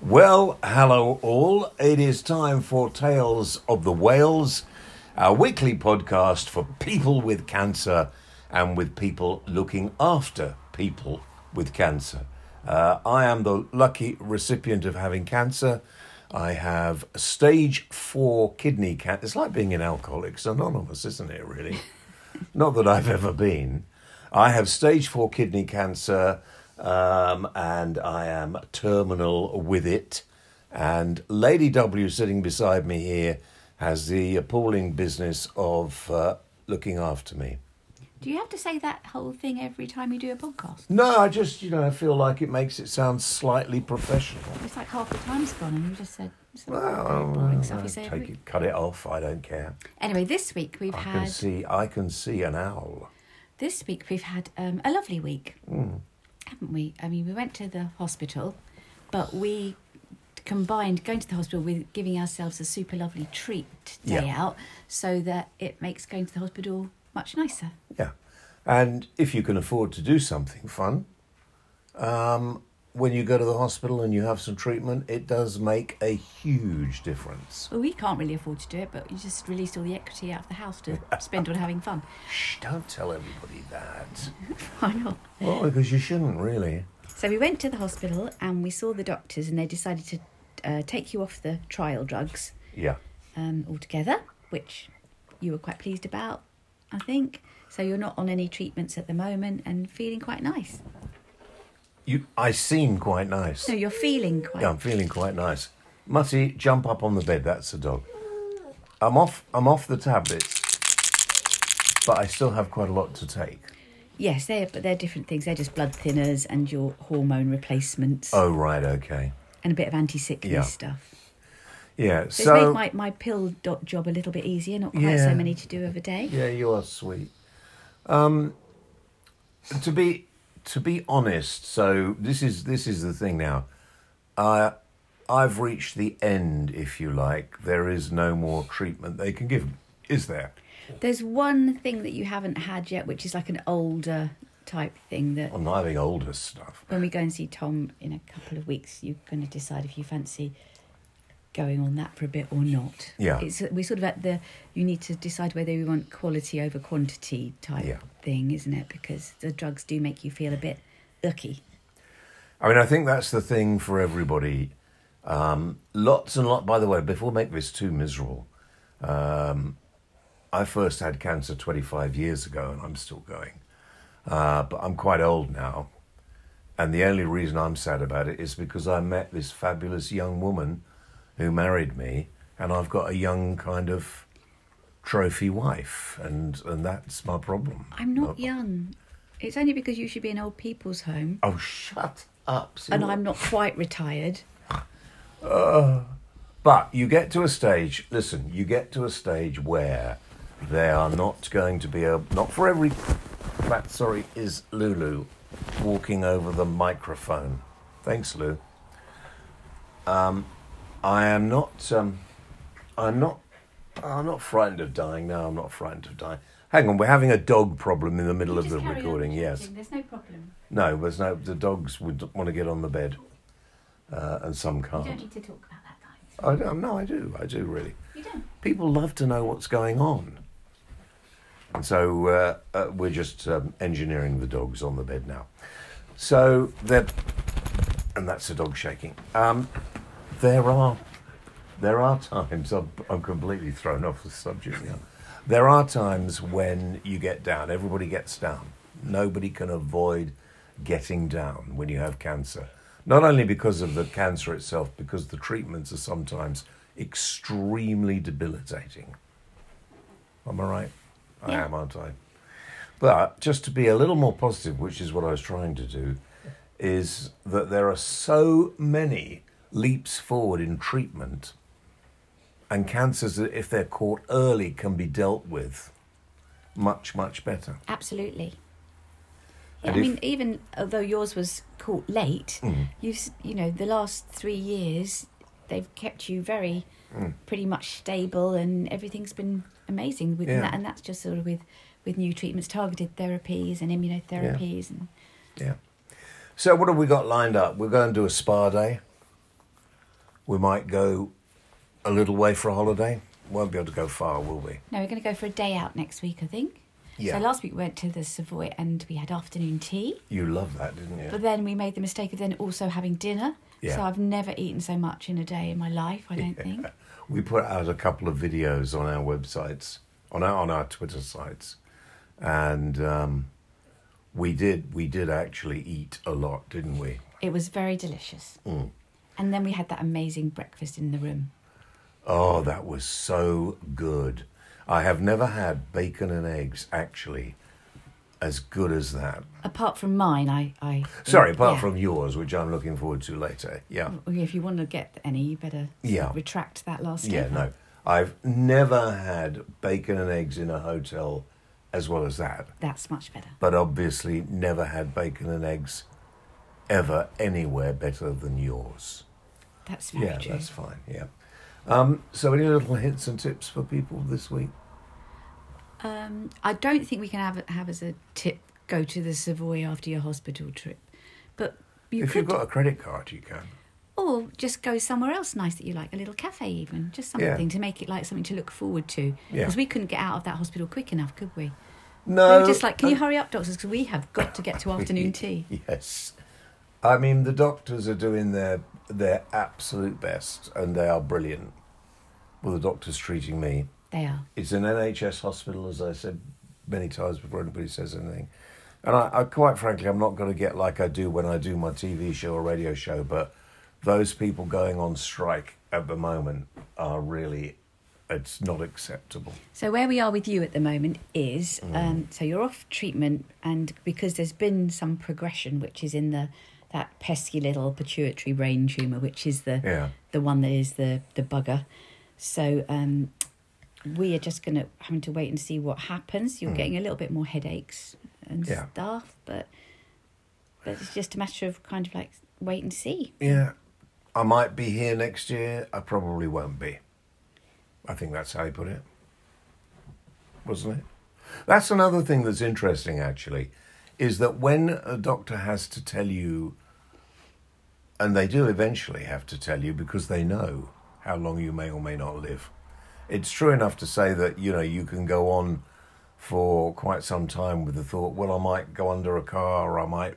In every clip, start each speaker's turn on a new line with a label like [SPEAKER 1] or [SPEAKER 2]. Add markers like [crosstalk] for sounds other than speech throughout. [SPEAKER 1] Well, hello all. It is time for Tales of the Whales, our weekly podcast for people with cancer and with people looking after people with cancer. Uh, I am the lucky recipient of having cancer. I have stage four kidney cancer. It's like being an Alcoholics Anonymous, isn't it, really? Not that I've ever been. I have stage four kidney cancer um, and I am terminal with it. And Lady W, sitting beside me here, has the appalling business of uh, looking after me.
[SPEAKER 2] Do you have to say that whole thing every time you do a podcast?
[SPEAKER 1] No, I just, you know, I feel like it makes it sound slightly professional.
[SPEAKER 2] It's like half the time's gone, and you just said. some
[SPEAKER 1] Well,
[SPEAKER 2] boring stuff
[SPEAKER 1] well,
[SPEAKER 2] you say every
[SPEAKER 1] take
[SPEAKER 2] week.
[SPEAKER 1] it, cut it off. I don't care.
[SPEAKER 2] Anyway, this week we've
[SPEAKER 1] I can
[SPEAKER 2] had
[SPEAKER 1] see. I can see an owl.
[SPEAKER 2] this week we've had um, a lovely week,
[SPEAKER 1] Hmm.
[SPEAKER 2] haven't we? I mean, we went to the hospital, but we combined going to the hospital with giving ourselves a super lovely treat day
[SPEAKER 1] Yeah.
[SPEAKER 2] out, so that it makes going to the hospital much nicer.
[SPEAKER 1] Yeah, and if you can afford to do something fun, um, when you go to the hospital and you have some treatment, it does make a huge difference.
[SPEAKER 2] Well, we can't really afford to do it, but you just released all the equity out of the
[SPEAKER 1] [laughs]
[SPEAKER 2] house to spend on having fun.
[SPEAKER 1] Shh! Don't tell everybody that.
[SPEAKER 2] Why not?
[SPEAKER 1] Well, because you shouldn't really.
[SPEAKER 2] So we went to the hospital and we saw the doctors, and they decided to uh, take you off the trial drugs
[SPEAKER 1] Yeah.
[SPEAKER 2] um, altogether, which you were quite pleased about, I think. So you're not on any treatments at the moment and feeling quite nice.
[SPEAKER 1] You. I seem quite nice.
[SPEAKER 2] No, you're feeling quite.
[SPEAKER 1] Yeah, I'm feeling quite nice. Mutty, jump up on the bed. That's the dog. I'm off. I'm off the tablets, but I still have quite a lot to take.
[SPEAKER 2] Yes, they're but they're different things. They're just blood thinners and your hormone replacements
[SPEAKER 1] Oh right, okay.
[SPEAKER 2] and a bit of anti-sickness
[SPEAKER 1] Yeah.
[SPEAKER 2] stuff.
[SPEAKER 1] Yeah.
[SPEAKER 2] So,
[SPEAKER 1] So
[SPEAKER 2] it's made my my pill dot job a little bit easier. Not quite
[SPEAKER 1] Yeah.
[SPEAKER 2] so many to do of a day.
[SPEAKER 1] yeah, you are sweet. Um, to be to be honest, so this is this is the thing now. I I've reached the end, if you like. There is no more treatment they can give me, is there?
[SPEAKER 2] There's one thing that you haven't had yet, which is like an older type thing that
[SPEAKER 1] I'm not having older stuff.
[SPEAKER 2] when we go and see Tom in a couple of weeks, you're going to decide if you fancy going on that for a bit or not.
[SPEAKER 1] Yeah.
[SPEAKER 2] it's we're sort of at the you need to decide whether you want quality over quantity type
[SPEAKER 1] Yeah.
[SPEAKER 2] thing, isn't it? Because the drugs do make you feel a bit icky.
[SPEAKER 1] I mean, I think that's the thing for everybody. Um, lots and lot. By the way, before we make this too miserable, um, I first had cancer 25 years ago, and I'm still going. Uh, but I'm quite old now, and the only reason I'm sad about it is because I met this fabulous young woman who married me, and I've got a young kind of trophy wife, and and that's my problem.
[SPEAKER 2] I'm not
[SPEAKER 1] But-
[SPEAKER 2] young. It's only because you should be in old people's home,
[SPEAKER 1] Oh, shut up! See
[SPEAKER 2] and
[SPEAKER 1] what-
[SPEAKER 2] I'm not quite retired.
[SPEAKER 1] But you get to a stage, listen, you get to a stage where they are not going to be a not for every that sorry is Lulu walking over the microphone. Thanks, Lou. Um I am not um I'm not I'm not frightened of dying. No, I'm not frightened of dying. Hang on, we're having a dog problem in the middle of the recording, yes.
[SPEAKER 2] There's no problem.
[SPEAKER 1] No, there's no the dogs would want to get on the bed. Uh, and some can't.
[SPEAKER 2] need to talk about that, guys.
[SPEAKER 1] I don't, no, I do. I do really
[SPEAKER 2] You don't.
[SPEAKER 1] people love to know what's going on. And so uh, uh, we're just um, engineering the dogs on the bed now. So they're, and that's the dog shaking. Um, there are, there are times I'm, I'm completely thrown off the subject now. There are times when you get down. Everybody gets down. Nobody can avoid getting down when you have cancer. Not only because of the cancer itself, because the treatments are sometimes extremely debilitating. Am I right? I
[SPEAKER 2] Yeah.
[SPEAKER 1] am, aren't I? But just to be a little more positive, which is what I was trying to do, is that there are so many leaps forward in treatment and cancers that, if they're caught early, can be dealt with much, much better.
[SPEAKER 2] Absolutely. Yeah, I
[SPEAKER 1] And if- Mm.
[SPEAKER 2] mean, even although yours was caught late, you've s- you know the last three years they've kept you very
[SPEAKER 1] Mm.
[SPEAKER 2] pretty much stable, and everything's been amazing with
[SPEAKER 1] Yeah.
[SPEAKER 2] that. And that's just sort of with with new treatments, targeted therapies, and immunotherapies, and
[SPEAKER 1] Yeah. So, what have we got lined up? We're going to do a spa day. we might go a little way for a holiday. Won't be able to go far, will we?
[SPEAKER 2] No, we're going to go for a day out next week, I think.
[SPEAKER 1] Yeah.
[SPEAKER 2] So last week we went to the Savoy and we had afternoon tea,
[SPEAKER 1] You love that, didn't you?
[SPEAKER 2] but then we made the mistake of then also having dinner.
[SPEAKER 1] Yeah.
[SPEAKER 2] So I've never eaten so much in a day in my life, I don't think.
[SPEAKER 1] We put out a couple of videos on our websites, on our on our Twitter sites, and um, we did we did actually eat a lot, didn't we?
[SPEAKER 2] It was very delicious.
[SPEAKER 1] Mm.
[SPEAKER 2] And then we had that amazing breakfast in the room.
[SPEAKER 1] Oh, that was so good. I have never had bacon and eggs actually as good as that.
[SPEAKER 2] Apart from mine, I. I
[SPEAKER 1] Sorry, apart
[SPEAKER 2] yeah. Oh,
[SPEAKER 1] from yours, which I'm looking forward to later. Yeah.
[SPEAKER 2] Well, If you want to get any, you better
[SPEAKER 1] Yeah.
[SPEAKER 2] retract that last
[SPEAKER 1] Yeah,
[SPEAKER 2] statement.
[SPEAKER 1] no. I've never had bacon and eggs in a hotel as well as that.
[SPEAKER 2] That's much better.
[SPEAKER 1] but obviously never had bacon and eggs ever anywhere better than yours.
[SPEAKER 2] That's very
[SPEAKER 1] yeah,
[SPEAKER 2] true.
[SPEAKER 1] that's fine. Yeah. Um, so, any little hints and tips for people this week?
[SPEAKER 2] Um, I don't think we can have have as a tip go to the Savoy after your hospital trip, but you
[SPEAKER 1] if
[SPEAKER 2] could,
[SPEAKER 1] you've got a credit card, you can.
[SPEAKER 2] or just go somewhere else nice that you like, a little cafe even, just
[SPEAKER 1] Yeah.
[SPEAKER 2] something to make it like something to look forward to.
[SPEAKER 1] Yeah.
[SPEAKER 2] Because we couldn't get out of that hospital quick enough, could we?
[SPEAKER 1] No.
[SPEAKER 2] we were just like,
[SPEAKER 1] um,
[SPEAKER 2] can you hurry up, doctors? Because we have got
[SPEAKER 1] [laughs]
[SPEAKER 2] to get to afternoon tea.
[SPEAKER 1] Yes. I mean, the doctors are doing their their absolute best, and they are brilliant. Well, the doctors treating me.
[SPEAKER 2] They are.
[SPEAKER 1] It's an NHS hospital, as I said many times before anybody says anything. And I, I quite frankly, I'm not going to get like I do when I do my TV show or radio show, but those people going on strike at the moment are really, it's not acceptable.
[SPEAKER 2] So where we are with you at the moment is
[SPEAKER 1] Mm.
[SPEAKER 2] um, so you're off treatment, and because there's been some progression, which is in the that pesky little pituitary brain tumor, which is the
[SPEAKER 1] Yeah.
[SPEAKER 2] the one that is the the bugger. So um, we are just going to having to wait and see what happens. You're getting a little bit more headaches and
[SPEAKER 1] Mm. Yeah.
[SPEAKER 2] stuff, but but it's just a matter of kind of like wait and see.
[SPEAKER 1] Yeah. I might be here next year. I probably won't be. I think that's how he put it. Wasn't it? That's another thing that's interesting, actually, is that when a doctor has to tell you, and they do eventually have to tell you because they know how long you may or may not live, it's true enough to say that, you know, you can go on for quite some time with the thought, well, I might go under a car or I might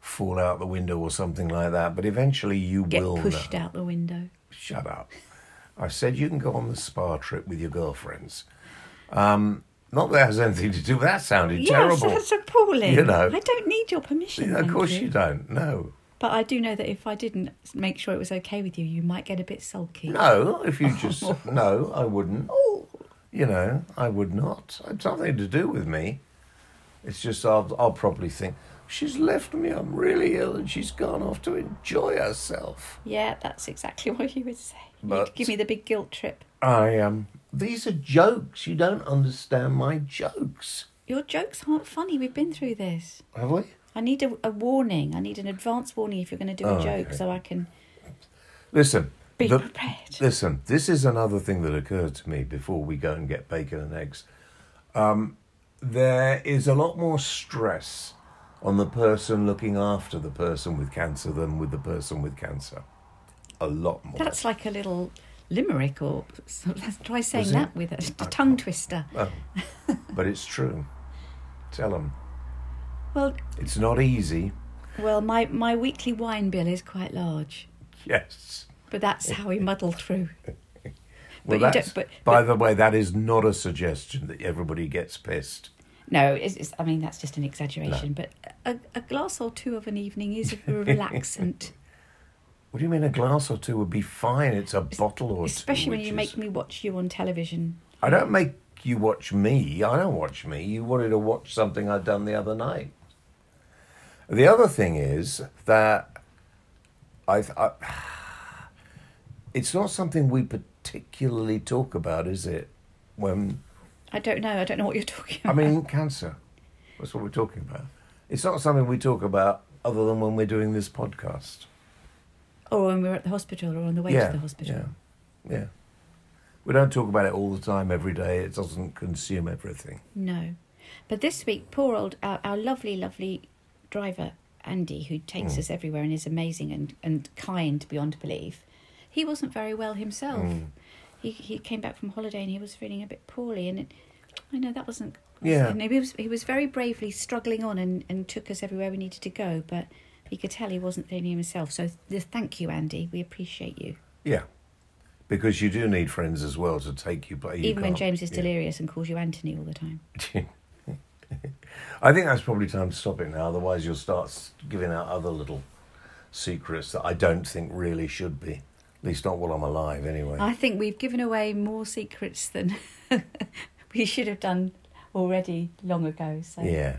[SPEAKER 1] fall out the window or something like that. But eventually you
[SPEAKER 2] Get
[SPEAKER 1] will know.
[SPEAKER 2] pushed out the window.
[SPEAKER 1] Shut up. I said you can go on the spa trip with your girlfriends. Um, not that it has anything to do with that. Sounded terrible.
[SPEAKER 2] Yes, that's appalling.
[SPEAKER 1] You know.
[SPEAKER 2] I don't need your permission.
[SPEAKER 1] Yeah, of
[SPEAKER 2] thank
[SPEAKER 1] course you don't. No,
[SPEAKER 2] But I do know that if I didn't make sure it was okay with you, you might get a bit sulky.
[SPEAKER 1] no. If you
[SPEAKER 2] [laughs]
[SPEAKER 1] just no, I wouldn't. You know, I would not. It's nothing to do with me. It's just I'll, I'll probably think she's left me. I'm really ill, and she's gone off to enjoy herself.
[SPEAKER 2] Yeah, that's exactly [laughs] what you would say.
[SPEAKER 1] But-
[SPEAKER 2] You'd give me the big guilt trip.
[SPEAKER 1] I um. These are jokes. You don't understand my jokes,
[SPEAKER 2] Your jokes aren't funny. We've been through this.
[SPEAKER 1] have we?
[SPEAKER 2] I need a, a warning. I need an advance warning if you're going to do
[SPEAKER 1] Oh,
[SPEAKER 2] a joke
[SPEAKER 1] okay.
[SPEAKER 2] so I can
[SPEAKER 1] Listen.
[SPEAKER 2] be
[SPEAKER 1] the-
[SPEAKER 2] prepared.
[SPEAKER 1] Listen, this is another thing that occurred to me before we go and get bacon and eggs. Um, there is a lot more stress on the person looking after the person with cancer than with the person with cancer. A lot more.
[SPEAKER 2] That's like a little limerick or so let's try saying
[SPEAKER 1] Was it?
[SPEAKER 2] that with a, a [laughs] tongue twister.
[SPEAKER 1] Oh, but it's true. Tell them.
[SPEAKER 2] Well,
[SPEAKER 1] It's not easy. [laughs]
[SPEAKER 2] well, my, my weekly wine bill is quite large,
[SPEAKER 1] Yes.
[SPEAKER 2] but
[SPEAKER 1] Oh.
[SPEAKER 2] that's how we muddle through.
[SPEAKER 1] Well,
[SPEAKER 2] But you don't-
[SPEAKER 1] that's,
[SPEAKER 2] but-
[SPEAKER 1] by the way, that is not a suggestion that everybody gets pissed.
[SPEAKER 2] No, it's, it's, I mean that's just an exaggeration, but a, a glass or two of an
[SPEAKER 1] [laughs]
[SPEAKER 2] evening is a relaxant,
[SPEAKER 1] What do you mean a glass or two would be fine? It's a bottle or two.
[SPEAKER 2] [laughs] especially when
[SPEAKER 1] which
[SPEAKER 2] you
[SPEAKER 1] is-
[SPEAKER 2] make me watch you on television.
[SPEAKER 1] I don't make you watch me. I don't watch me. You wanted to watch something I'd done the other night. The other thing is that I, th- I [sighs] it's not something we particularly talk about, is it? When
[SPEAKER 2] I don't know. I don't know what you're [laughs] talking
[SPEAKER 1] I
[SPEAKER 2] about.
[SPEAKER 1] mean cancer. That's what we're talking about. It's not something we talk about other than when we're doing this podcast.
[SPEAKER 2] or when we Oh, were at the hospital or on the way
[SPEAKER 1] yeah,
[SPEAKER 2] to the hospital.
[SPEAKER 1] Yeah, yeah. We don't talk about it all the time, every day. It doesn't consume everything.
[SPEAKER 2] No, but this week, poor old our, our lovely, lovely
[SPEAKER 1] Hmm.
[SPEAKER 2] driver Andy, who takes us everywhere and is amazing and and kind beyond belief, he wasn't very well himself.
[SPEAKER 1] Hmm.
[SPEAKER 2] He he came back from holiday and he was feeling a bit poorly, and it, I know that wasn't.
[SPEAKER 1] Yeah.
[SPEAKER 2] And he was he was very bravely struggling on and, and took us everywhere we needed to go, but he could tell he wasn't feeling himself. So th- thank you, Andy. We appreciate you,
[SPEAKER 1] Yeah. Because you do need friends as well to take you, but you
[SPEAKER 2] even when
[SPEAKER 1] can't-
[SPEAKER 2] James is
[SPEAKER 1] yeah.
[SPEAKER 2] delirious and calls you Anthony all the time.
[SPEAKER 1] I think that's probably time to stop it now. Otherwise, you'll start s- giving out other little secrets that I don't think really should be. At least not while I'm alive, anyway.
[SPEAKER 2] I think we've given away more secrets than [laughs] we should have done already long ago. So
[SPEAKER 1] Yeah.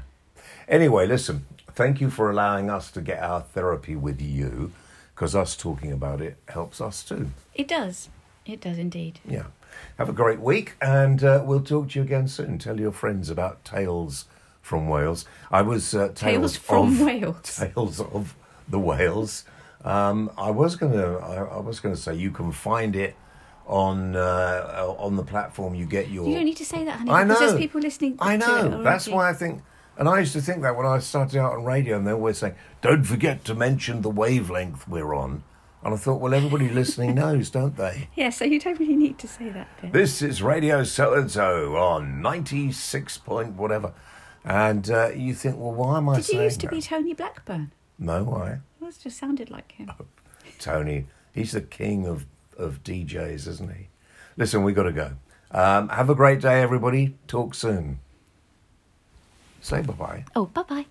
[SPEAKER 1] Anyway, listen, thank you for allowing us to get our therapy with you because us talking about it helps us too.
[SPEAKER 2] it does, it does indeed.
[SPEAKER 1] Yeah. Have a great week and uh, we'll talk to you again soon. Tell your friends about Tales from Wales. I was uh, Tales,
[SPEAKER 2] Tales from
[SPEAKER 1] of, [laughs]
[SPEAKER 2] Wales.
[SPEAKER 1] Tales of the Wales. Um, I was gonna, I, I was gonna say you can find it on uh, on the platform you get your.
[SPEAKER 2] You don't need to say that, honey.
[SPEAKER 1] I
[SPEAKER 2] because
[SPEAKER 1] know.
[SPEAKER 2] There's people listening.
[SPEAKER 1] I
[SPEAKER 2] to
[SPEAKER 1] know.
[SPEAKER 2] it
[SPEAKER 1] That's
[SPEAKER 2] already.
[SPEAKER 1] why I think, and I used to think that when I started out on radio, and they were saying, "Don't forget to mention the wavelength we're on," and I thought, well, everybody
[SPEAKER 2] [laughs]
[SPEAKER 1] listening knows, don't they?
[SPEAKER 2] Yeah, so you don't really need to say that bit.
[SPEAKER 1] This is Radio So and So on ninety-six point whatever, and uh, you think, well, why am I
[SPEAKER 2] Did
[SPEAKER 1] saying
[SPEAKER 2] you used to
[SPEAKER 1] that?
[SPEAKER 2] be Tony Blackburn?
[SPEAKER 1] no, why,
[SPEAKER 2] That just sounded like him.
[SPEAKER 1] Tony? He's the king of of DJs, isn't he? Listen, we got to go. Um, have a great day, everybody. Talk soon. Say bye bye.
[SPEAKER 2] Oh, bye bye.